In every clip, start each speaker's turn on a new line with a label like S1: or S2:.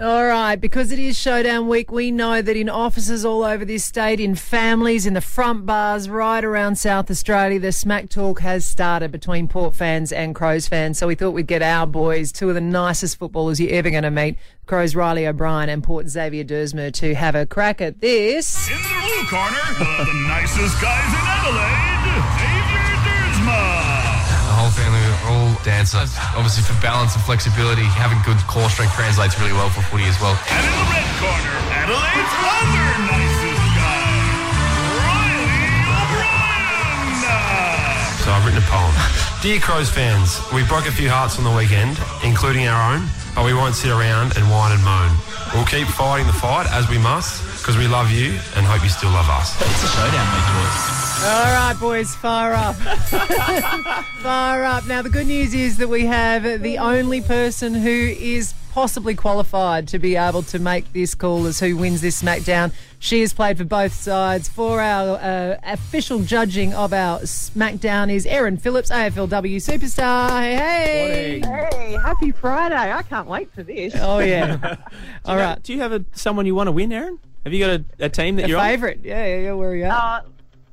S1: All right, because it is showdown week, we know that in offices all over this state, in families, in the front bars, right around South Australia, the smack talk has started between Port fans and Crows fans. So we thought we'd get our boys, two of the nicest footballers you're ever going to meet, Crows Riley O'Brien and Port Xavier Dersmer, to have a crack at this.
S2: In the blue corner, one of the nicest guys in Adelaide, Xavier Dersma.
S3: The whole family, we're all dancers. Obviously, for balance and flexibility, having good core strength translates really well for footy as well.
S2: And in the red corner, Adelaide's other nicest guy, Riley O'Brien.
S3: So I've written a poem. Dear Crows fans, we broke a few hearts on the weekend, including our own, but we won't sit around and whine and moan. We'll keep fighting the fight as we must, because we love you and hope you still love us. It's a showdown, mate,
S1: All right, boys, fire up. fire up. Now, the good news is that we have the only person who is possibly qualified to be able to make this call as who wins this SmackDown. She has played for both sides. For our uh, official judging of our SmackDown is Erin Phillips, AFLW superstar. Hey, hey.
S4: Hey, happy Friday. I can't wait for this.
S1: Oh, yeah. All right.
S5: Do you have a someone you want to win, Aaron? Have you got a, a team that you're on?
S1: Favourite. Yeah, yeah, yeah. Where are you at?
S4: Uh,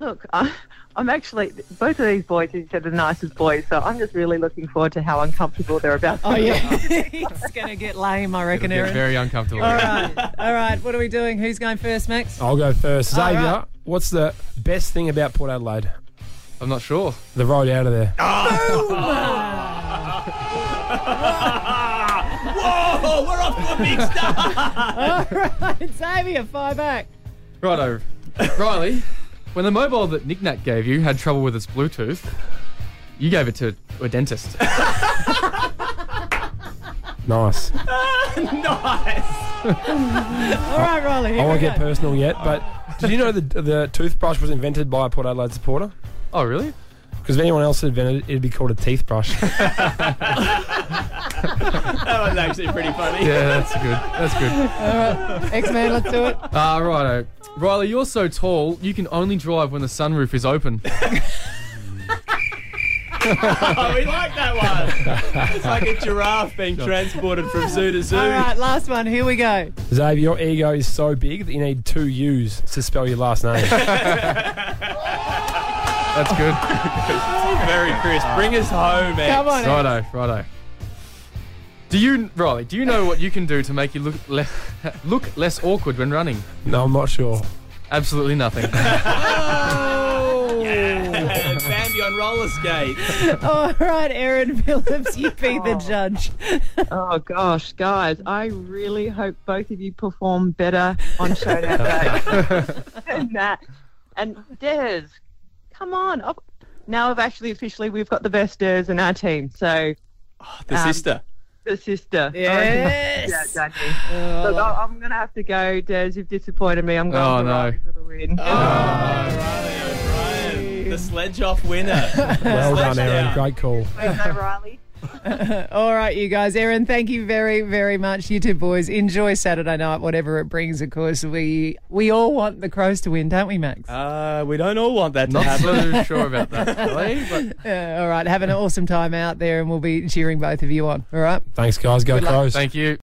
S4: look, I, I'm actually, both of these boys, as you said, are the nicest boys, so I'm just really looking forward to how uncomfortable they're about to
S1: Oh,
S4: be.
S1: yeah. it's going to get lame, I reckon, Erin.
S3: Very uncomfortable.
S1: All right. All right. What are we doing? Who's going first, Max?
S6: I'll go first.
S1: All
S6: Xavier,
S1: right.
S6: what's the best thing about Port Adelaide?
S3: I'm not sure.
S6: The road out of there.
S5: Whoa, we're off to a big start.
S1: Xavier, fire back.
S3: Righto. Riley, when the mobile that Nick Nat gave you had trouble with its Bluetooth, you gave it to a dentist.
S6: Nice.
S5: nice.
S1: All right, Riley. Here
S6: I
S1: we
S6: won't
S1: go.
S6: get personal yet, but did you know the the toothbrush was invented by a Port Adelaide supporter?
S3: oh, really?
S6: Because if anyone else had invented it, it'd be called a teeth brush.
S5: That was actually pretty funny.
S3: Yeah, that's good. That's good.
S1: X-Men, let's do it.
S3: Ah, righto. Riley, you're so tall, you can only drive when the sunroof is open.
S5: Oh, we like that one. It's like a giraffe being transported from zoo to zoo.
S1: All right, last one. Here we go.
S6: Xavier, your ego is so big that you need two U's to spell your last name.
S3: That's good.
S5: Very crisp. Bring us home, man.
S1: Come on. Ed.
S3: righto, righto. Do you, Riley, do you know what you can do to make you look, le- look less awkward when running?
S6: no, I'm not sure.
S3: Absolutely nothing.
S5: Bambi on roller skates.
S1: All right, Aaron Phillips, you be the judge.
S4: Oh, gosh, guys, I really hope both of you perform better on Showdown Day than that. And Des, come on. up now I've actually officially, we've got the best Des in our team, so
S5: The
S4: Um,
S5: sister.
S4: the sister. Oh, Yeah,
S1: Yes.
S4: Daddy. Look, I- I'm going to have to go, Des. You've disappointed me. I'm going
S3: Oh,
S4: to
S3: no. Oh.
S4: Riley for the win.
S5: The sledge off winner.
S6: Well done,
S5: Sledge
S6: Aaron.
S5: down.
S6: Great call.
S4: Go, Riley.
S1: All right, you guys. Aaron, thank you very, very much. You two boys, enjoy Saturday night, whatever it brings. Of course, we we all want the Crows to win, don't we, Max?
S5: Uh, we don't all want that to
S3: Not
S5: happen.
S3: so sure about that, Riley, but
S1: Uh, all right, have an awesome time out there, and we'll be cheering both of you on. All right.
S6: Thanks, guys. Go Crows.
S3: thank you.